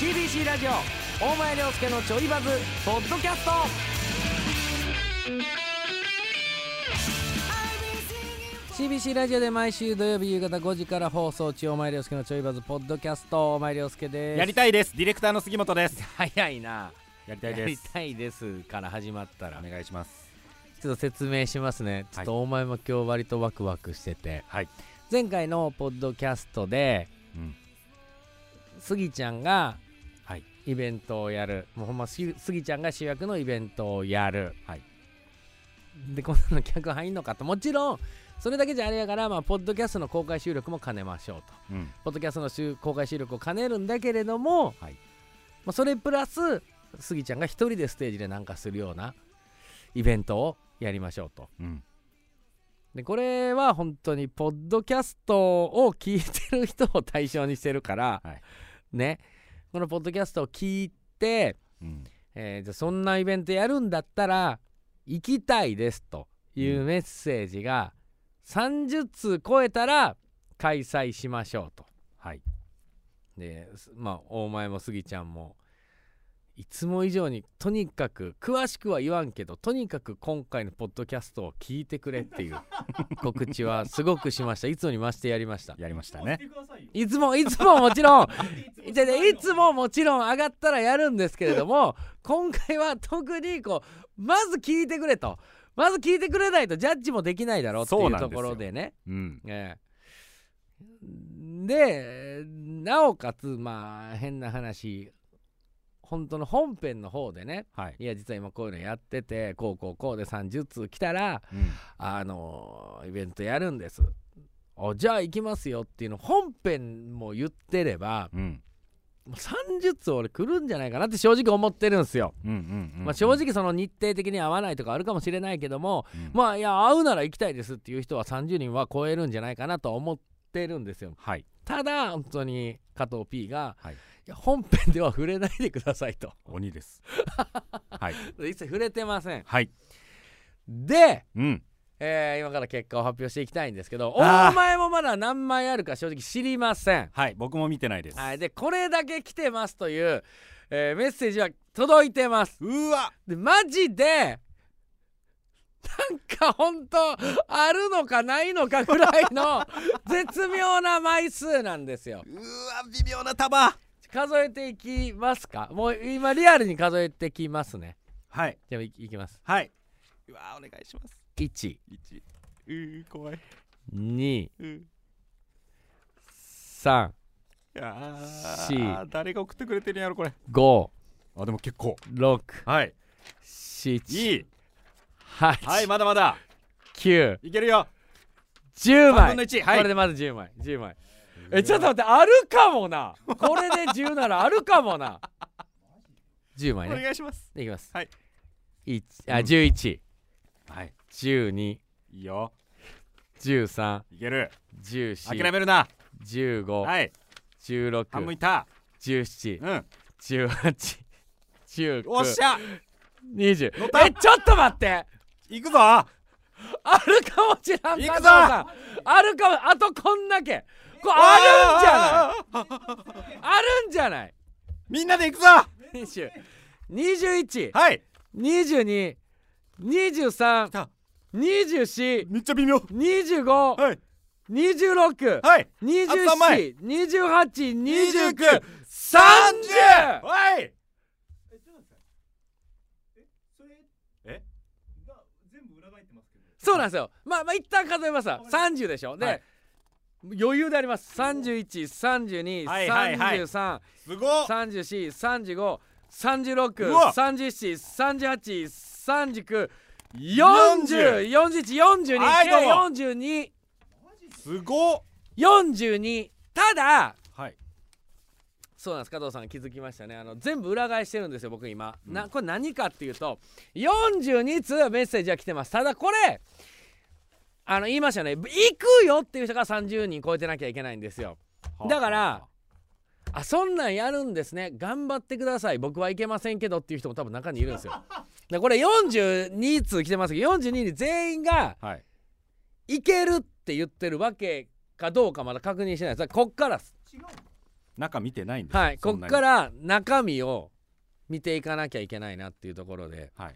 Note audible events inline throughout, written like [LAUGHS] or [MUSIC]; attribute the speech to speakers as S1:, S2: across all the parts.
S1: ABC ラジオ大前涼介のちょいバズポッドキャスト
S2: ーラジオで毎週土曜日夕方5時から放送中、お前涼介のちょいバズポッドキャスト、お前涼介です。
S3: やりたいですディレクターの杉本です
S2: 早いな。
S3: やりた
S2: や
S3: いで
S2: り
S3: す
S2: たいですから始まったら。
S3: お願いします
S2: ちょっと説明しますね。ちょっとお前も今日割とワクワクしてて、
S3: はい、
S2: 前回のポッドキャストで、
S3: うん、
S2: スギちゃんが
S3: はい
S2: イベントをやる。もうほんま、スギちゃんが主役のイベントをやる。
S3: はい
S2: で、こんなの客入んのかと。もちろん、それだけじゃあれやから、まあ、ポッドキャストの公開収録も兼ねましょうと。
S3: うん
S2: ポッドキャストの収公開収録を兼ねるんだけれども、
S3: はい
S2: まあ、それプラススギちゃんが一人でステージでなんかするようなイベントをやりましょうと
S3: うん
S2: でこれは本当にポッドキャストを聞いてる人を対象にしてるから、
S3: はい
S2: ねこのポッドキャストを聞いて、
S3: うん
S2: えーじゃあそんなイベントやるんだったら行きたいですというメッセージが30通超えたら開催しましょうと。
S3: はい
S2: ですまあ大前もスギちゃんもいつも以上にとにかく詳しくは言わんけどとにかく今回のポッドキャストを聞いてくれっていう告知はすごくしましたいつもに増してやりました
S3: やりましたね
S2: いつもいつももちろんじゃあねいつももちろん上がったらやるんですけれども今回は特にこうまず聞いてくれとまず聞いてくれないとジャッジもできないだろうって
S3: そ
S2: いうう
S3: なんで
S2: と
S3: すよ
S2: ころでね
S3: うん
S2: ええでなおかつまあ変な話本当の本編の方でね
S3: はい、
S2: いや実は今こういうのやっててこうこうこうで30通来たら
S3: うん、
S2: あのイベントやるんですおじゃあ行きますよっていうの本編も言ってれば
S3: うん
S2: もう30通俺来るんじゃないかなって正直思ってるんですよ、
S3: うんうんうん
S2: まあ、正直その日程的に合わないとかあるかもしれないけども
S3: うん
S2: まあいや会うなら行きたいですっていう人は30人は超えるんじゃないかなと思ってるんですよ
S3: はい
S2: ただ本当に加藤 P が、
S3: はい
S2: いや本編では触れないでくださいと [LAUGHS]
S3: 鬼ですはい
S2: 一切触れてません
S3: はい
S2: で、
S3: うん
S2: えー今から結果を発表していきたいんですけど
S3: あー
S2: お前もまだ何枚あるか正直知りません
S3: はい僕も見てないです、
S2: はいでこれだけ来てますという、えーメッセージは届いてます
S3: うわ
S2: でマジでなんか本当あるのかないのかぐらいの [LAUGHS] 絶妙な枚数なんですよ
S3: うわ微妙な束
S2: 数えていきますかもう今リアルに数えてきますね
S3: はい
S2: じゃあいいきます
S3: はいうわお願いします
S2: 1
S3: 一うー怖い
S2: 2
S3: うん
S2: 3
S3: いや
S2: ー
S3: ー誰が送ってくれてるんやろこれ
S2: 5
S3: あでも結構
S2: 6
S3: はい
S2: 7
S3: いいはい
S2: 8
S3: まだまだ
S2: 9
S3: いけるよ
S2: 10
S3: 3
S2: 枚
S3: 分の1
S2: こ
S3: はい
S2: れでまず10枚10枚えちょっと待ってあるかもなこれで10ならあるかもな10枚
S3: お
S2: ね
S3: 願いします
S2: いきます。
S3: はい。
S2: 一
S3: う
S2: あ
S3: ん
S2: 十一、
S3: はい
S2: 十二、
S3: いいよ
S2: 十三、
S3: いける
S2: 十
S3: 諦
S2: 四、
S3: めるな
S2: 十五、
S3: はい
S2: 十六、
S3: 半分いった
S2: 十七、
S3: うん
S2: 十八、十
S3: おっ
S2: 九
S3: し、ゃ
S2: 二十。
S3: 乗った
S2: えちょっと待って。
S3: 行くぞ
S2: あるかもしれん。
S3: いくぞ
S2: 加藤さんあるかも。あとこんだけ。これあるんじゃ
S3: な
S2: な
S3: い
S2: い。あるんじゃない。
S3: みんなで行くぞ
S2: 二十、二十一、
S3: はい
S2: 二十二、二十三
S3: た、
S2: 二十四、
S3: めっちゃ微妙
S2: 二十五、
S3: はい
S2: 二十六。
S3: はい
S2: 二十
S3: 頭前
S2: 四、二十八、二十九、三十。
S3: 30はい
S4: え、ちょっと待ってください。え、それ。
S3: え。
S4: が、全部裏返ってますけど。
S2: そうなんですよ。まあまあ一旦数えますわ。三十でしょ。で、
S3: はい
S2: 余裕であります。三十一、三十二、
S3: はいはい
S2: 三
S3: はい
S2: 十三、
S3: すごっ
S2: 三十四、三十五、三十六
S3: う、わ
S2: 三十七、三十八、三十九、四十、四十一、四十
S3: は
S2: 二、
S3: いどうも
S2: 四十二、
S3: すごっ
S2: 四十二。ただ、
S3: はい
S2: そうなんです加藤さん気づきましたねあの全部裏返してるんですよ僕今、
S3: うん
S2: なこれ何かっていうと42通メッセージは来てますただこれあの言いましたね行くよっていう人が30人超えてなきゃいけないんですよだからあそんなんやるんですね頑張ってください僕はいけませんけどっていう人も多分中にいるんです
S3: [LAUGHS]
S2: よでこれ42通来てますけど42人全員が
S3: はい
S2: 行けるって言ってるわけかどうかまだ確認してないですだからこっからっす
S4: 違うの。
S3: 中見てないんです
S2: はい、こっからら中身を見ていかなきゃいけないなっていうところで
S3: はい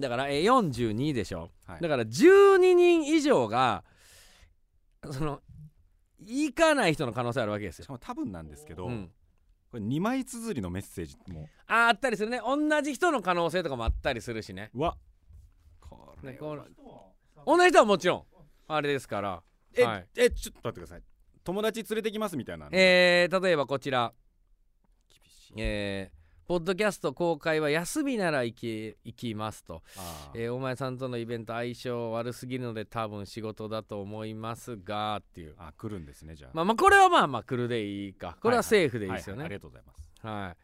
S2: だからえー42でしょ、
S3: はい
S2: だから12人以上がその行かない人の可能性あるわけですよ。
S3: しかも多分なんですけど、
S2: うん、
S3: これ2枚綴りのメッセージも
S2: あーあったりするね同じ人の可能性とかもあったりするしね
S3: うわこれ
S2: ねこの
S4: 人はさ
S2: 同じ人はもちろんあれですから、
S3: え、
S2: はい
S3: えちょっと待ってください友達連れてきますみたいなの
S2: えー例えばこちら、
S3: 厳しい
S2: えーポッドキャスト公開は休みなら行き行きます」と
S3: あー
S2: えーお前さんとのイベント相性悪すぎるので多分仕事だと思いますがっていう
S3: あ来るんですねじゃあ、
S2: まあまあこれはまあまあ来るでいいかこれはセーフでいいですよ
S3: ははあり
S2: ね
S3: がとうございます
S2: はい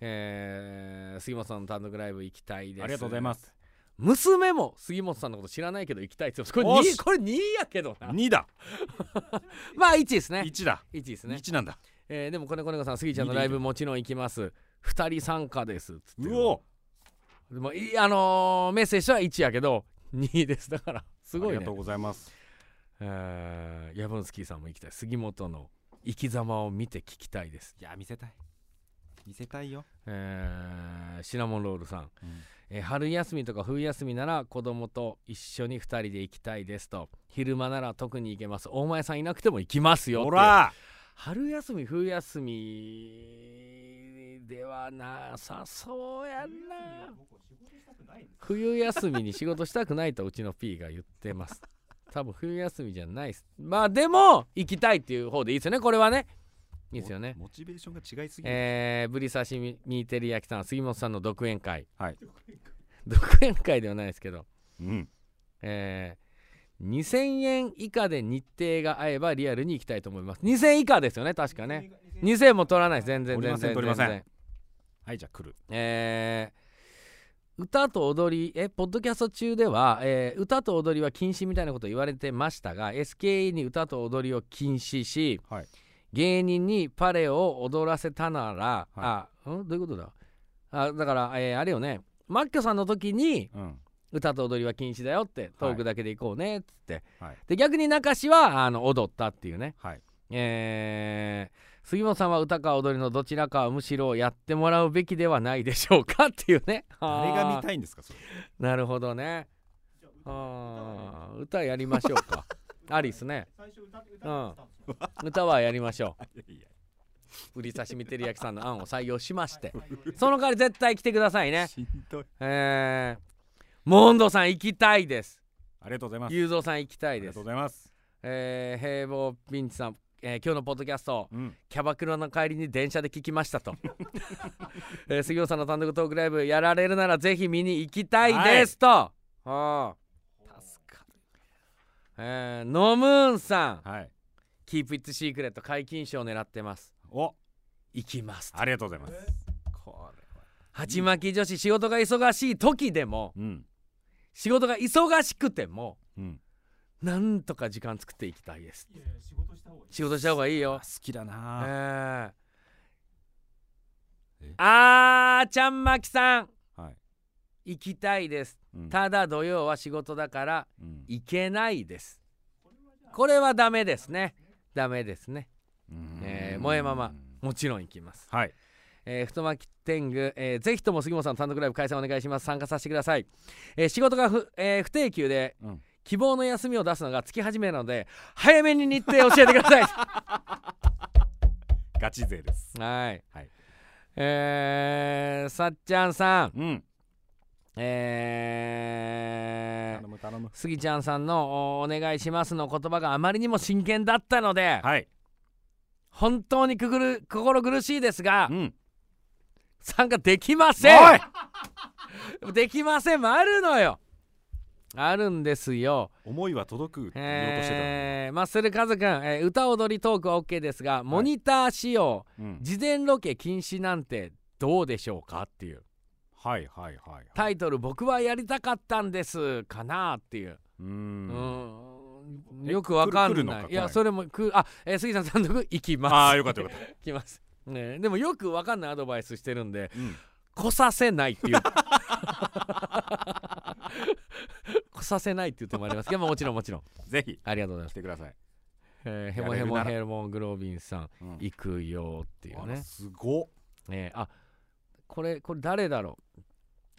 S2: えー杉本さんの単独ライブ行きたいです
S3: ありがとうございますす
S2: 娘も杉本さんのこと知らないけど行きたいって言ってますこ
S3: お
S2: れ
S3: し
S2: 2これ2やけどな
S3: 2だ
S2: まあ1ですね
S3: 1だ
S2: 1ですね
S3: 1なんだ
S2: えーでもこねこねこさん杉ちゃんのライブもちろん行きます2人参加ですっつって
S3: うお
S2: でもいあのーメッセージは1やけど2ですだからすご
S3: あ
S2: い
S3: り
S2: ね
S3: がとうございます
S2: えーヤブンスキーさんも行きたい杉本の生き様を見て聞きたいです、
S3: いや見せたい見せたいよ、
S2: えーシナモンロールさん、えー春休みとか冬休みなら子供と一緒に2人で行きたいですと昼間なら特に行けます大前さんいなくても行きますよって
S3: ほら
S2: 春休み冬休みではなさそうや
S4: 冬休みは
S2: な
S4: 僕は仕事したくないんです
S2: 冬休みに仕事したくないとうちの P が言ってます多分冬休みじゃないっすまあでも行きたいっていう方でいいですよねこれはねいいですよね
S3: モモチベーションが違いすぎる、
S2: えー、ブリ刺身ミーテリヤキさん杉本さんの独演会
S3: はい
S2: 独演会ではないですけど
S3: うん
S2: えー2000円以下で日程が合えばリアルに行きたいと思います2000円以下ですよね確かね2000円も取らないです全然
S3: 取
S2: 全
S3: りません
S2: 然
S3: 取りません
S2: 全然
S3: はいじゃあ来る
S2: えー歌と踊りえポッドキャスト中では、えー歌と踊りは禁止みたいなこと言われてましたが SKE に歌と踊りを禁止し、
S3: はい
S2: 芸人にパレを踊らせたなら、
S3: は
S2: あんどういうことだあだから、えーあれよねマッキョさんの時に
S3: うん
S2: 歌と踊りは禁止だよってトークだけで行こうねっつって、
S3: はい
S2: で逆に中志はあの踊ったっていうね
S3: はい
S2: えー杉本さんは歌か踊りのどちらかはむしろやってもらうべきではないでしょうかっていうねあ
S3: [LAUGHS] 誰
S2: ー
S3: が見たいんですかそれ
S2: なるほどね
S4: じゃあ
S2: あー歌やりましょう
S3: [LAUGHS]
S2: か
S4: 歌
S2: ありっすね
S4: 最初歌って歌ってたんですよ
S2: 歌はやりましょ
S3: いやいや
S2: う売り刺身照り焼きさんの案を採用しまして
S4: はい最後
S2: その代わり絶対来てくださいね
S3: しんどい
S2: えーモンドさん行きたいです
S3: ありがとうございます
S2: 雄三さん行きた
S3: あ
S2: い
S3: り
S2: で
S3: が
S2: す
S3: とうございます
S2: えー平凡ピンチさん、えー今日のポッドキャスト
S3: うん
S2: キャバクラの帰りに電車で聞きましたと、 [LAUGHS] えー杉本さんの単独トークライブやられるならぜひ見に行きたいですと、あーえーノムーンさん
S3: はい
S2: 「キープイッツシークレット解禁賞を狙ってます
S3: お
S2: 行きます
S3: ありがとうございます
S4: え
S3: これは
S2: 鉢巻き女子仕事が忙しい時でも
S3: うん
S2: 仕事が忙しくても
S3: うん
S2: なんとか時間作っていきたいです
S4: いやいや仕事した方がいい
S2: 仕事した方がいいよ
S3: 好きだな
S2: えー
S3: え
S2: あーちゃんまきさん
S3: はい、
S2: 行きたいです
S3: うん
S2: ただ土曜は仕事だから
S3: うん
S2: 行けないです
S4: これはじゃあ
S2: これはダメですねダメですね
S3: うん
S2: えー萌えママもちろん行きます、
S3: はい
S2: えー太巻き天狗、えーぜひとも杉本さんの単独ライブ開催お願いします参加させてください、えー仕事がふ、えー不定休で
S3: うん
S2: 希望の休みを出すのが月始めなので早めに日程を教えてください
S3: ガチ勢です
S2: はい、
S3: はい
S2: えーさっちゃんさん
S3: うん
S2: えー
S3: 頼む頼む
S2: スギちゃんさんのお「お願いします」の言葉があまりにも真剣だったので、
S3: はい
S2: 本当にくぐる心苦しいですが
S3: うん
S2: 参加できま
S3: おい
S2: せん [LAUGHS] できませんもあるのよあるんですよ。
S3: 思いは届くって言おうとしてたのに、
S2: えー、マッスルカズくん、えー歌踊りトークは OK ですがモニター使用、
S3: うん、
S2: 事前ロケ禁止なんてどうでしょうかっていう
S3: はいはいはいはい
S2: タイトル「僕はやりたかったんです」かなっていう
S3: うーん
S2: うんよくわか
S3: 来る
S2: ん
S3: の
S2: な
S3: か
S2: い。
S3: 来
S2: い
S3: ない
S2: や、それもく、あ、えー杉さん単独行きます。
S3: ああよかったよか
S2: [LAUGHS]
S3: っ
S2: 行きます。ね、でもよくわかんないアドバイスしてるんで、
S3: た、 [LAUGHS] うん、
S2: 来させないっていう。 [LAUGHS] 来させないっていう手もありますけど、まあもちろんもちろん。
S3: ぜひ
S2: ありがとうございま
S3: 来
S2: す。
S3: てください
S2: えーヘモヘモヘモグロビンさん
S3: うん
S2: 行くよっていう
S3: あら
S2: ね
S3: すごっ
S2: えーあこれこれ誰だろう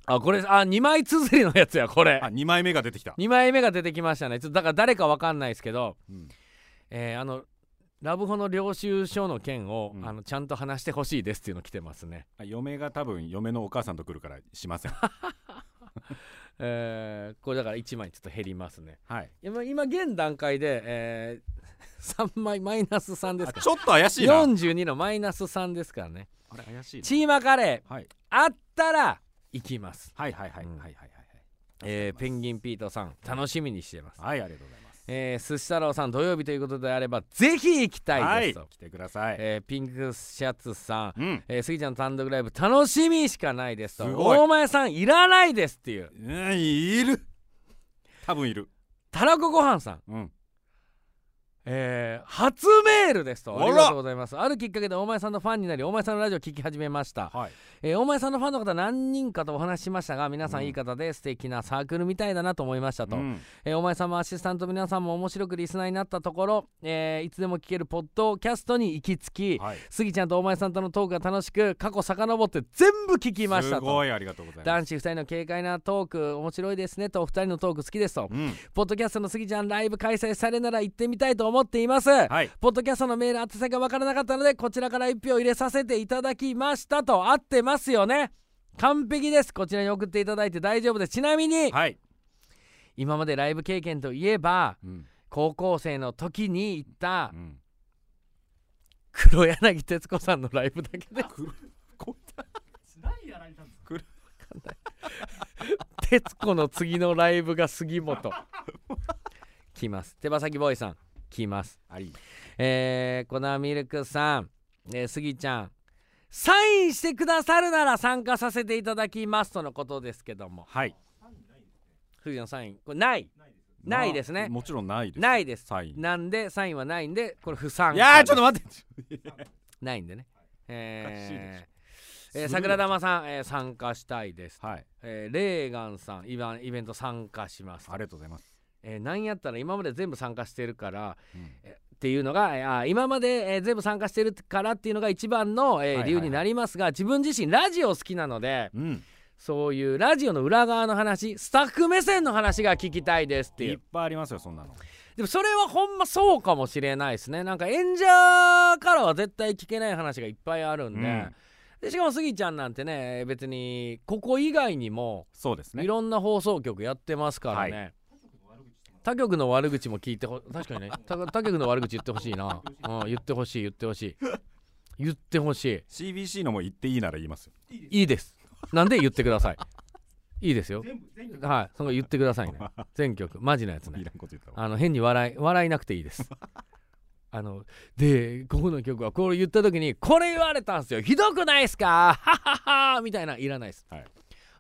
S2: あこれあ2枚綴りのやつやこれ
S3: あ二枚目が出てきた
S2: 2枚目が出てきましたねちょっとだから誰かわかんないですけど、
S3: うん
S2: えーあのラブホの領収書の件を、
S3: うん
S2: あのちゃんと話してほしいですっていうの来てますね、
S3: あ嫁が多分嫁のお母さんと来るからしませ [LAUGHS] ん
S2: えーこれだから1枚ちょっと減りますね
S3: はい
S2: 今今現段階で、え3 [LAUGHS] 枚マイナス3です
S3: あ
S2: か
S3: ちょっと怪しいな
S2: 42のマイナス3ですからね
S3: あれ怪しいな
S2: チーマカレー
S3: はい
S2: あったら行きます、
S3: はいはいはい
S2: うん
S3: はいはいはい
S2: えーペンギンピートさん楽しみにしてます、
S3: はいありがとうございます
S2: えー寿司太郎さん土曜日ということであればぜひ行きたいですと、
S3: 来てください
S2: えーピンクシャツさん、
S3: うん
S2: えー、杉ちゃんの単独ライブ楽しみしかないですと
S3: すごい
S2: 大前さんいらないですっていう
S3: うんいる多分いる
S2: たらこごはんさん
S3: うん
S2: えー初メールですと
S3: あら
S2: ありがとうございますあるきっかけで大前さんのファンになり大前さんのラジオを聞き始めました、
S3: はい
S2: えー大前さんのファンの方何人かとお話ししましたが皆さ
S3: うんん
S2: いい方で、素敵なサークルみたいだなと思いましたと、
S3: うん
S2: えー大前さんもアシスタントの皆さんも面白くリスナーになったところ、えーいつでも聞けるポッドキャストに行き着き
S3: はい
S2: スギちゃんと大前さんとのトークが楽しく過去遡って全部聞きました
S3: す
S2: と
S3: ごいありがとうございます
S2: 男子2人の軽快なトーク面白いですねとお二人のトーク好きですと
S3: うん
S2: ポッドキャストのスギちゃんライブ開催されるなら行ってみたいと思っています、
S3: はい
S2: ポッドキャストのメール宛先が分からなかったのでこちらから1票入れさせていただきましたと合ってますよね完璧ですこちらに送っていただいて大丈夫ですちなみに
S3: はい
S2: 今までライブ経験といえば
S3: うん
S2: 高校生の時に行った
S3: うん
S2: 黒柳徹子さんのライブだけ
S3: [LAUGHS]
S2: で
S3: 黒こ
S4: 何やられたんですか
S2: 徹子の次のライブが杉本来ます手羽先ボーイさん来ます
S3: はい
S2: えー、コナミルクさん、えー、スギちゃんサインしてくださるなら参加させていただきますとのことですけども
S3: はい
S2: 藤野サインこれないないですね
S3: まあもちろんないです
S2: ないです
S3: サイン
S2: なんでサインはないんでこれ不参
S3: い
S2: 加
S3: やーちょっと待って
S2: ないんでね
S3: おかしい
S2: え
S3: で
S2: ーえー桜玉さん、えー参加したいです、
S3: はい
S2: えーレーガンさんイベンイベント参加します
S3: ありがとうございます
S2: えーなんやったら今まで全部参加してるから、
S3: うん
S2: えーっていうのが、えーあー今まで、えー全部参加してるからっていうのが一番の、えー
S3: はいはいはい
S2: 理由になりますが自分自身ラジオ好きなので
S3: うん
S2: そういうラジオの裏側の話スタッフ目線の話が聞きたいですってい
S3: いっ
S2: う
S3: ぱいありますよそんなの
S2: でもそれはほんまそうかもしれないですねなんか演者からは絶対聞けない話がいっぱいあるんで,、
S3: うん
S2: でしかもスギちゃんなんてね別にここ以外にも
S3: そうですね
S2: いろんな放送局やってますからね、
S3: は
S2: 他局の悪口も聞いてほ確かにね他他局の悪口言ってほしいな、うん、言ってほしい言ってほしい言ってほし
S3: CBC のも言っていいなら言いますよ
S2: いいいですなんで言ってくださいいいですよ
S4: 全部全部
S2: はいその言ってくださいね全曲マジなやつね
S3: いらんこと言ったわ
S2: あの変に笑い笑いなくていいです [LAUGHS] あのでここの曲はこれ言った時に「これ言われたんすよひどくないっすかはははみたいないらないです、
S3: はい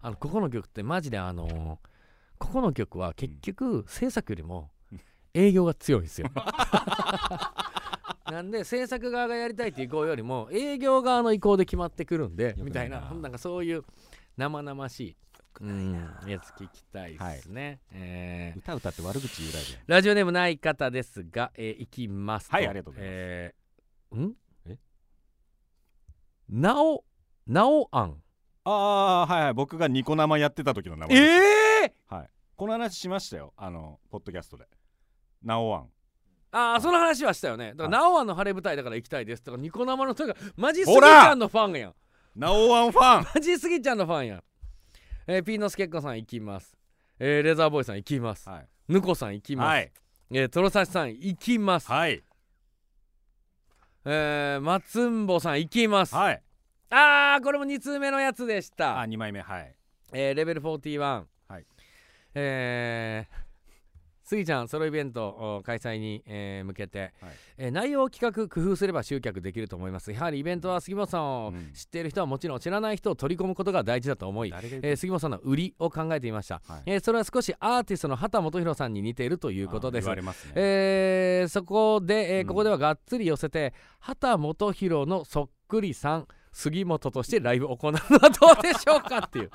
S2: あのここの曲ってマジであのここの曲は結局制作よりも営業が強いんです
S3: [LAUGHS]
S2: よなんで制作側がやりたいっていう意向よりも営業側の意向で決まってくるんで
S3: よくないな
S2: みたいななんかそういう生々しいうんやつ聞きたいですね、えー
S3: 歌歌って悪口言うライブや
S2: ラジオネームない方ですが、えー、いきます
S3: はいありがとうございます
S2: えーん
S3: え
S2: なおなおあん
S3: ああーはいはい僕がニコ生やってた時の名前です
S2: ええ
S3: はいこの話しましたよあのポッドキャストでナオワン
S2: ああその話はしたよねだからなおあんの晴れ舞台だから行きたいですとかニコ生のとかマジスギち
S3: ほら
S2: ゃんのファンやん
S3: ナオワンファン
S2: マジスギちゃんのファンやんえー、ピーノスケッコさん行きますえー、レザーボーイさん行きます
S3: はい
S2: ヌコさん行きます、
S3: はい
S2: えー、トロサシさん行きます、
S3: はい
S2: えー、マツンボさん行きます、
S3: はい
S2: あーこれも2通目のやつでした
S3: あ二枚目はい
S2: えーレベル41、
S3: はい
S2: えースギちゃんソロイベントお開催に、えー向けて、
S3: はい
S2: えー内容を企画工夫すれば集客できると思いますやはりイベントは杉本さんを
S3: うん
S2: 知っている人はもちろん知らない人を取り込むことが大事だと思い、
S3: 誰が
S2: えー杉本さんの売りを考えていました、
S3: はい
S2: えーそれは少しアーティストの畑基博さんに似ているということです
S3: 言われますね
S2: えーそこで、えー
S3: うん
S2: ここではがっつり寄せて畑基博のそっくりさ [LAUGHS] ん杉本としてライブを行うのはどうでしょうかっていう、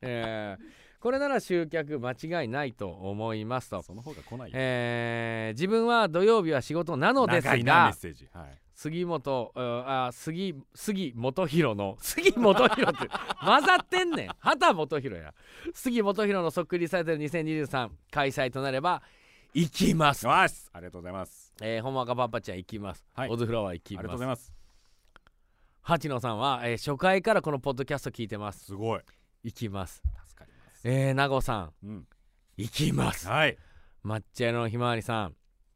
S2: えーこれなら集客間違いないと思いますと、
S3: その方が来ないよ
S2: えー自分は土曜日は仕事なのです
S3: 長いなメ
S2: が
S3: ッセージはい
S2: 杉本うんあ杉杉元弘の [LAUGHS] 杉元弘って混ざってんねん畑元弘や杉元弘のそっくりサイトル2023開催となれば行きます、
S3: よしありがとうございます
S2: えー、ほんわかパンパちゃん行きます、
S3: はい
S2: オズフラワー行
S3: あ
S2: き
S3: りがとう
S2: ま
S3: ござ
S2: す
S3: います
S2: 八野さんは、えー初回からこのポッドキャスト聞いてます
S3: すごい
S2: 行きます
S3: 助かります
S2: えー、名護さん
S3: うん
S2: 行きます
S3: はい
S2: 抹茶屋のひまわりさん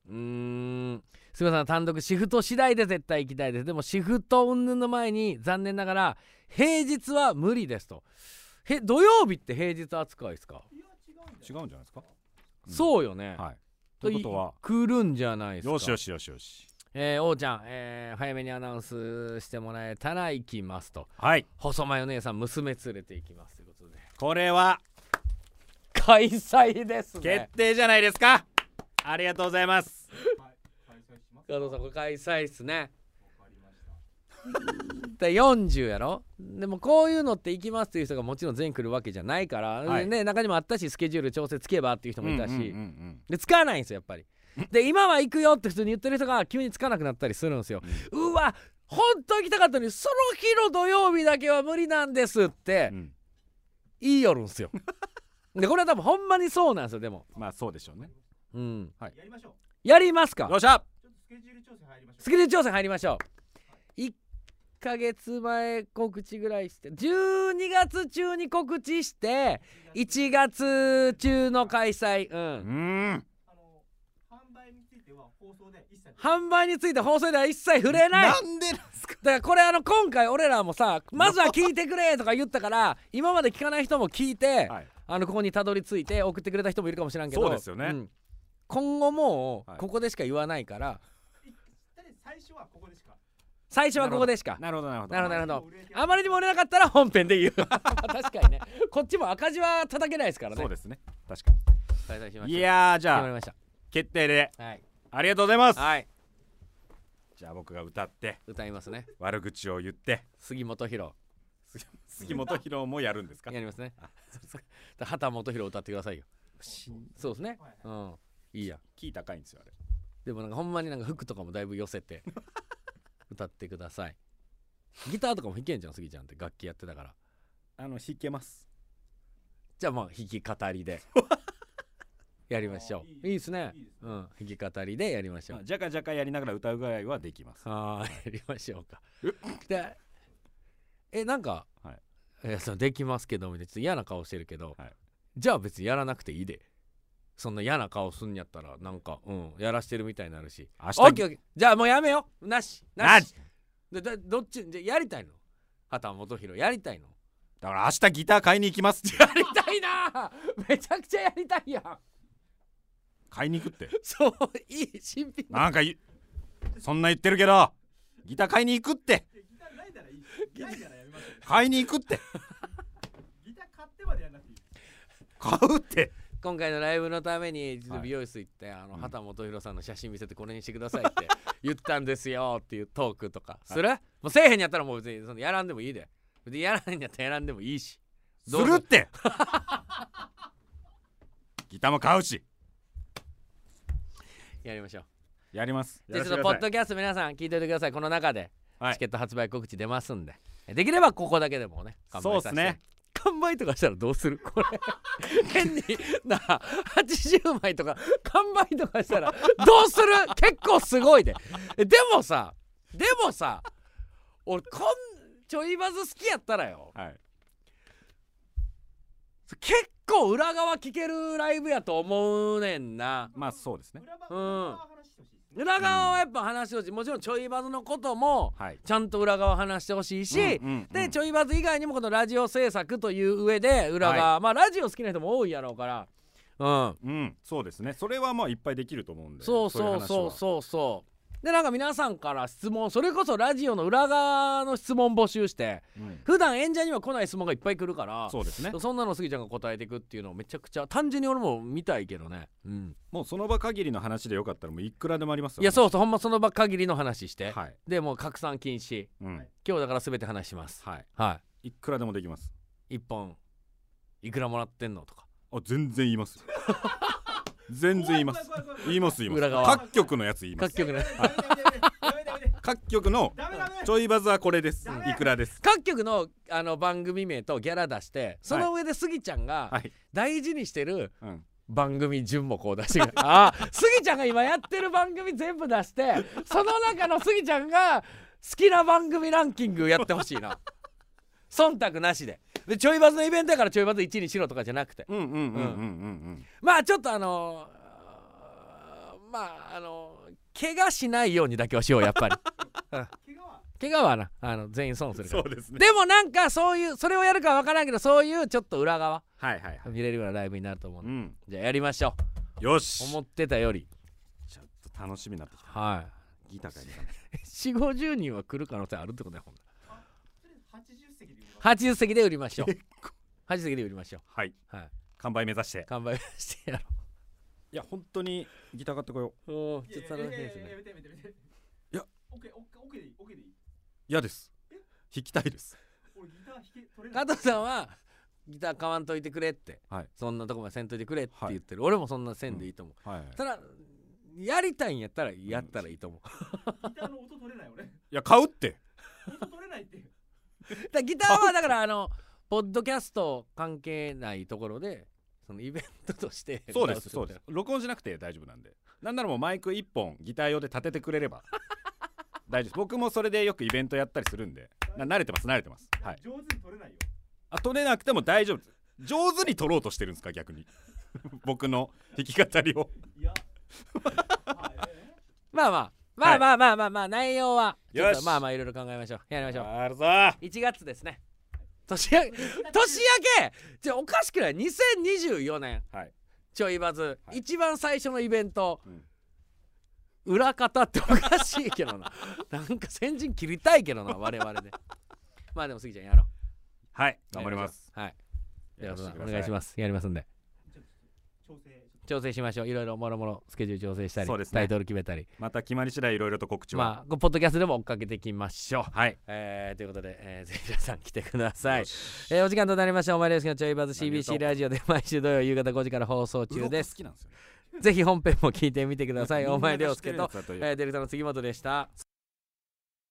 S2: うーんすみません単独シフト次第で絶対行きたいですでもシフト云々の前に残念ながら平日は無理ですとへ土曜日って平日扱いですか、
S4: いや違うんだ
S3: 違
S4: よ
S3: うんじゃないですかうん
S2: そうよね、
S3: はいということは
S2: 来るんじゃないですか
S3: よしよしよしよし
S2: えー、王ちゃん、えー早めにアナウンスしてもらえたら行きますと
S3: はい
S2: 細間お姉さん娘連れて行きますということで
S3: これは
S2: 開催です
S3: 決
S2: ね
S3: 定じゃないですかありがとうございます
S4: 開催します
S2: 加藤さんこれ開催っすね
S4: わかりました
S2: で40やろでもこういうのって行きますっていう人がもちろん全員来るわけじゃないから、
S3: はい
S2: ね、中にもあったしスケジュール調整つけばっていう人もいたし、
S3: うんうんうん
S2: で使わないんですよやっぱりで今は行くよって普通に言ってる人が急につかなくなったりするんですよ、うわ本当は行きたかったのにその日の土曜日だけは無理なんですって
S3: うんうん
S2: 言いよるんです
S3: [LAUGHS]
S2: よでこれは多分ほんまにそうなんですよでも、
S3: まあそうでしょうね
S2: うん、
S4: やりましょう
S2: やりますか
S3: よっしゃ
S4: ちょっとスケジュール調整入りましょう
S2: スケジュール調整入りましょう1ヶ月前告知ぐらいして12月中に告知して1月中の開催う
S3: うんーん
S4: あの販売については放送で一切
S2: 販売について放送では一切触れないだか
S3: んでなんすから
S2: これあの今回俺らもさまずは聞いてくれとか言ったから今まで聞かない人も聞いて、
S3: はい
S2: あのここにたどり着いて送ってくれた人もいるかもしれんけど
S3: そうですよね
S2: ん今後も
S3: は
S2: う
S3: い
S2: ここでしか言わないから、
S4: とりあえず最初はここでしか
S2: 最初はここでしか
S3: なるほどなるほど
S2: なるほどなるほど
S4: もう売れて
S2: あまりにも売れなかったら本編で言う確かにねこっちも赤字は叩けないですからね
S3: そうですね確か
S2: 開催しま
S3: に
S2: し
S3: い
S2: た
S3: やーじ
S2: 決まり
S3: ゃあ
S2: ました
S3: 決定で
S2: はい、
S3: ありがとうございます
S2: はい、
S3: じゃあ僕が歌って
S2: 歌いますね
S3: 悪口を言って
S2: 杉本博
S3: 杉杉本博もやるんですか
S2: やりますね畑本博歌ってくださいよそうですねうんいいや
S3: キー高いんですよあれ
S2: でもなんかほんまになんか服とかもだいぶ寄せて [LAUGHS] 歌ってくださいギターとかも弾けんじゃん杉ちゃんって楽器やってたから
S3: あの弾けます
S2: じゃあまあ弾き語り [LAUGHS] でやりましょういいですね
S4: いいです
S2: うん弾き語りでやりましょう
S3: まあジャカジャカやりながら歌うぐらいはできます
S2: あーやりましょうか。でえなんか、
S3: はい
S2: いやそのできますけどみたいなちょっと嫌な顔してるけど、
S3: はい
S2: じゃあ別にやらなくていいでそんな嫌な顔すんやったらなんか、うん、やらしてるみたいになるし
S3: 明
S2: オッ
S3: 日
S2: ケーオッケーじゃあもうやめようなしな
S3: な
S2: し
S3: し
S2: でだどっちじゃあやりたいの畑元博やりたいの
S3: だから明日ギター買いに行き [LAUGHS] ますって
S2: やりたいなめちゃくちゃやりたいやん
S3: 買いに行くって
S2: そういい新品
S3: なんかいそんな言ってるけどギター買いに行くって
S4: いやギターないならいいないならやめましょう
S3: 買いに行くって
S4: ギター買ってまでやんなくていい
S3: 買うって
S2: 今回のライブのためにちょっと
S3: はい
S2: 美容室行って、あの
S3: うん
S2: 畑基博さんの写真見せてこれにしてくださいって
S3: [LAUGHS]
S2: 言ったんですよっていうトークとかする、もうせえへんやったらもう別にそのやらんでもいいで別にやらへんやったらやらんでもいいし
S3: す
S2: どうぞ
S3: るってギターも買うし
S2: やりましょう
S3: やります
S2: じゃあちょっと
S3: やら
S2: ポ
S3: せ
S2: ッ
S3: てく
S2: ドキャ
S3: ださ
S2: スト皆さん聞いておいてくださいこの中で
S3: はい
S2: チケット発売告知出ますんで、できればここだけでもね完売させて
S3: そうっすね
S2: 完売とかしたらどうする [LAUGHS] これ変になあ80枚とか完売とかしたらどうする結構すごいでえでもさでもさ俺こんちょいバズ好きやったらよ
S3: いはい
S2: 結構裏側聞けるライブやと思うねんな
S3: まあそうですね
S4: 裏場
S2: う
S4: 裏
S2: ん
S4: 側話してほしいですね
S2: 裏側はやっぱ話してほしいもちろんちょいバズのことも
S3: はい
S2: ちゃんと裏側話してほしいし、
S3: うんうんうん
S2: でちょいバズ以外にもこのラジオ制作という上で裏側、まあラジオ好きな人も多いやろうからうん
S3: うんそうですねそれはまあいっぱいできると思うんで
S2: そうそうそうそうそうでなんか皆さんから質問それこそラジオの裏側の質問募集して
S3: ういう話はうん
S2: 普段演者には来ない質問がいっぱい来るから
S3: そうですね
S2: そんなの杉ちゃんが答えていくっていうのをめちゃくちゃ単純に俺も見たいけどね、うん、
S3: もうその場限りの話でよかったらもういくらでもありますよ
S2: いやそうそうほんまその場限りの話して、
S3: はい
S2: でもう拡散禁止
S3: うん
S4: はい
S2: 今日だから全て話します
S3: はい
S2: はい
S3: くらでもできます
S2: 一本いくらもらってんのとか
S3: あ全然言い
S4: [LAUGHS]
S3: ますよ全然言います
S4: 怖い怖い怖い怖い
S3: 言います言います
S2: 裏側
S3: 各局のやつ言います
S2: 各局の
S4: やめてやめてやめて
S3: 各局の
S4: ダメダメ
S3: ちょいバズはこれです
S4: ダメ
S3: いくらです
S2: [LAUGHS] 各局のあの番組名とギャラ出してその上でスギちゃん
S3: は
S2: が
S3: い、
S2: 大事にしてる
S3: うん、
S2: 番組順もこう出してくる [LAUGHS] ああスギちゃんが今やってる番組全部出してその中のスギちゃんが好きな番組ランキングやってほしい [LAUGHS] な忖度なしででちょいバズのイベントやからちょいバズ1位にしろとかじゃなくて
S3: うんうんうんうんうん
S2: う
S3: うん
S2: まあちょっとあのーまああのー怪我しないようにだけはしようやっぱり
S4: 怪我は
S2: 怪我はなあの全員損するか
S3: そ
S2: ら
S3: うですね
S2: でもなんかそういうそれをやるかは分からんけどそういうちょっと裏側
S3: はいはいはい
S2: 見れるようなライブになると思うん
S3: う
S2: で、じ
S3: ん
S2: ゃあやりましょ
S3: よ
S2: う
S3: し
S2: 思ってたより
S3: ちょっと楽しみになってきた
S2: はい
S3: ギター買いに行かな
S2: 4 5 0人は来る可能性あるってことだよほんな
S4: それ80席で言うわ
S2: ら80席で売りましょう80席で売りましょ
S3: はい、
S2: はい、
S3: 完売目指して
S2: う完売してや
S3: いや本当にギター買ってこよう
S2: ろううん
S4: い
S2: ち
S4: や
S2: ょ
S4: い
S2: っと
S4: や
S2: 楽しみ
S4: い
S2: ですね
S4: やいややめてやめてやめて
S3: いや
S4: オッケーオッケーオッケーでいいオッケーでいい
S3: 嫌です弾きたいです
S4: 俺ギター弾け取れな
S2: 加
S4: い
S2: 藤さんはギター買わんといてくれって、
S3: はい
S2: そんなとこまでせんといてくれって
S3: はい
S2: 言ってる、俺もそんなせんでいいと思う、
S3: はい
S2: ただやりたいんやったらやったらいいと思う、
S4: ギターの音取れない俺
S3: いや買うって
S4: 音取れないって
S2: だからギターはだからあのポッドキャスト関係ないところでそのイベントとして
S3: [LAUGHS] そうです
S2: 歌
S3: そう
S2: ってこと
S3: で
S2: や
S3: す録音しなくて大丈夫なんでなんならもうマイク1本ギター用で立ててくれれば [LAUGHS] 大丈夫です僕もそれでよくイベントやったりするんでな慣れてます慣れてますはい
S4: 上手に取れないよ
S3: あ取れなくても大丈夫です上手に取ろうとしてるんですか逆に [LAUGHS] 僕の弾き語りを
S4: いやはいえー
S2: まあまあまあまあまあまあまあ内容はちょっ
S3: よ
S2: と
S3: し
S2: まあまあいろいろ考えましょうやりましょう
S3: あるぞは
S2: 1月ですね年明け
S3: [LAUGHS]
S2: 年明けじゃおかしくない2024年
S3: い
S2: ちょいバズ、
S3: はい
S2: 一番最初のイベント、
S3: うん
S2: 裏方っておかしいけど
S3: [LAUGHS]
S2: ななんか先陣切りたいけどな我々でまあでもスギちゃんやろう
S3: はい頑張ります
S2: はいで
S3: や
S2: は
S3: らせてくだ
S2: お
S3: さ
S2: 願いしますやりますんで
S4: 調整ちょ
S2: 調
S4: っ
S2: 整しましょういろいろもろもろスケジュール調整したり、
S3: そうですね
S2: タイトル決めたり
S3: また決まり次第いろいろと告知を
S2: まあこうポッドキャストでも追っかけていきましょう、
S3: はい
S2: えーということで、えーぜひ皆さん来てください
S3: よ、し
S2: えーお時間となりましたお前ですけのちょいバズ
S3: 何言うと
S2: CBC ラジオで毎週土曜夕方5時から放送
S3: うろ
S2: 中
S3: こ
S2: です
S3: [LAUGHS] 好きなんですよね
S2: ぜひ本編も聞いてみてください。
S3: みんな
S2: お前
S3: が
S2: 涼
S3: 知って
S2: 介
S3: るや
S2: と
S3: つ、だと
S2: え
S3: いう
S2: ーディレクターの杉本でした。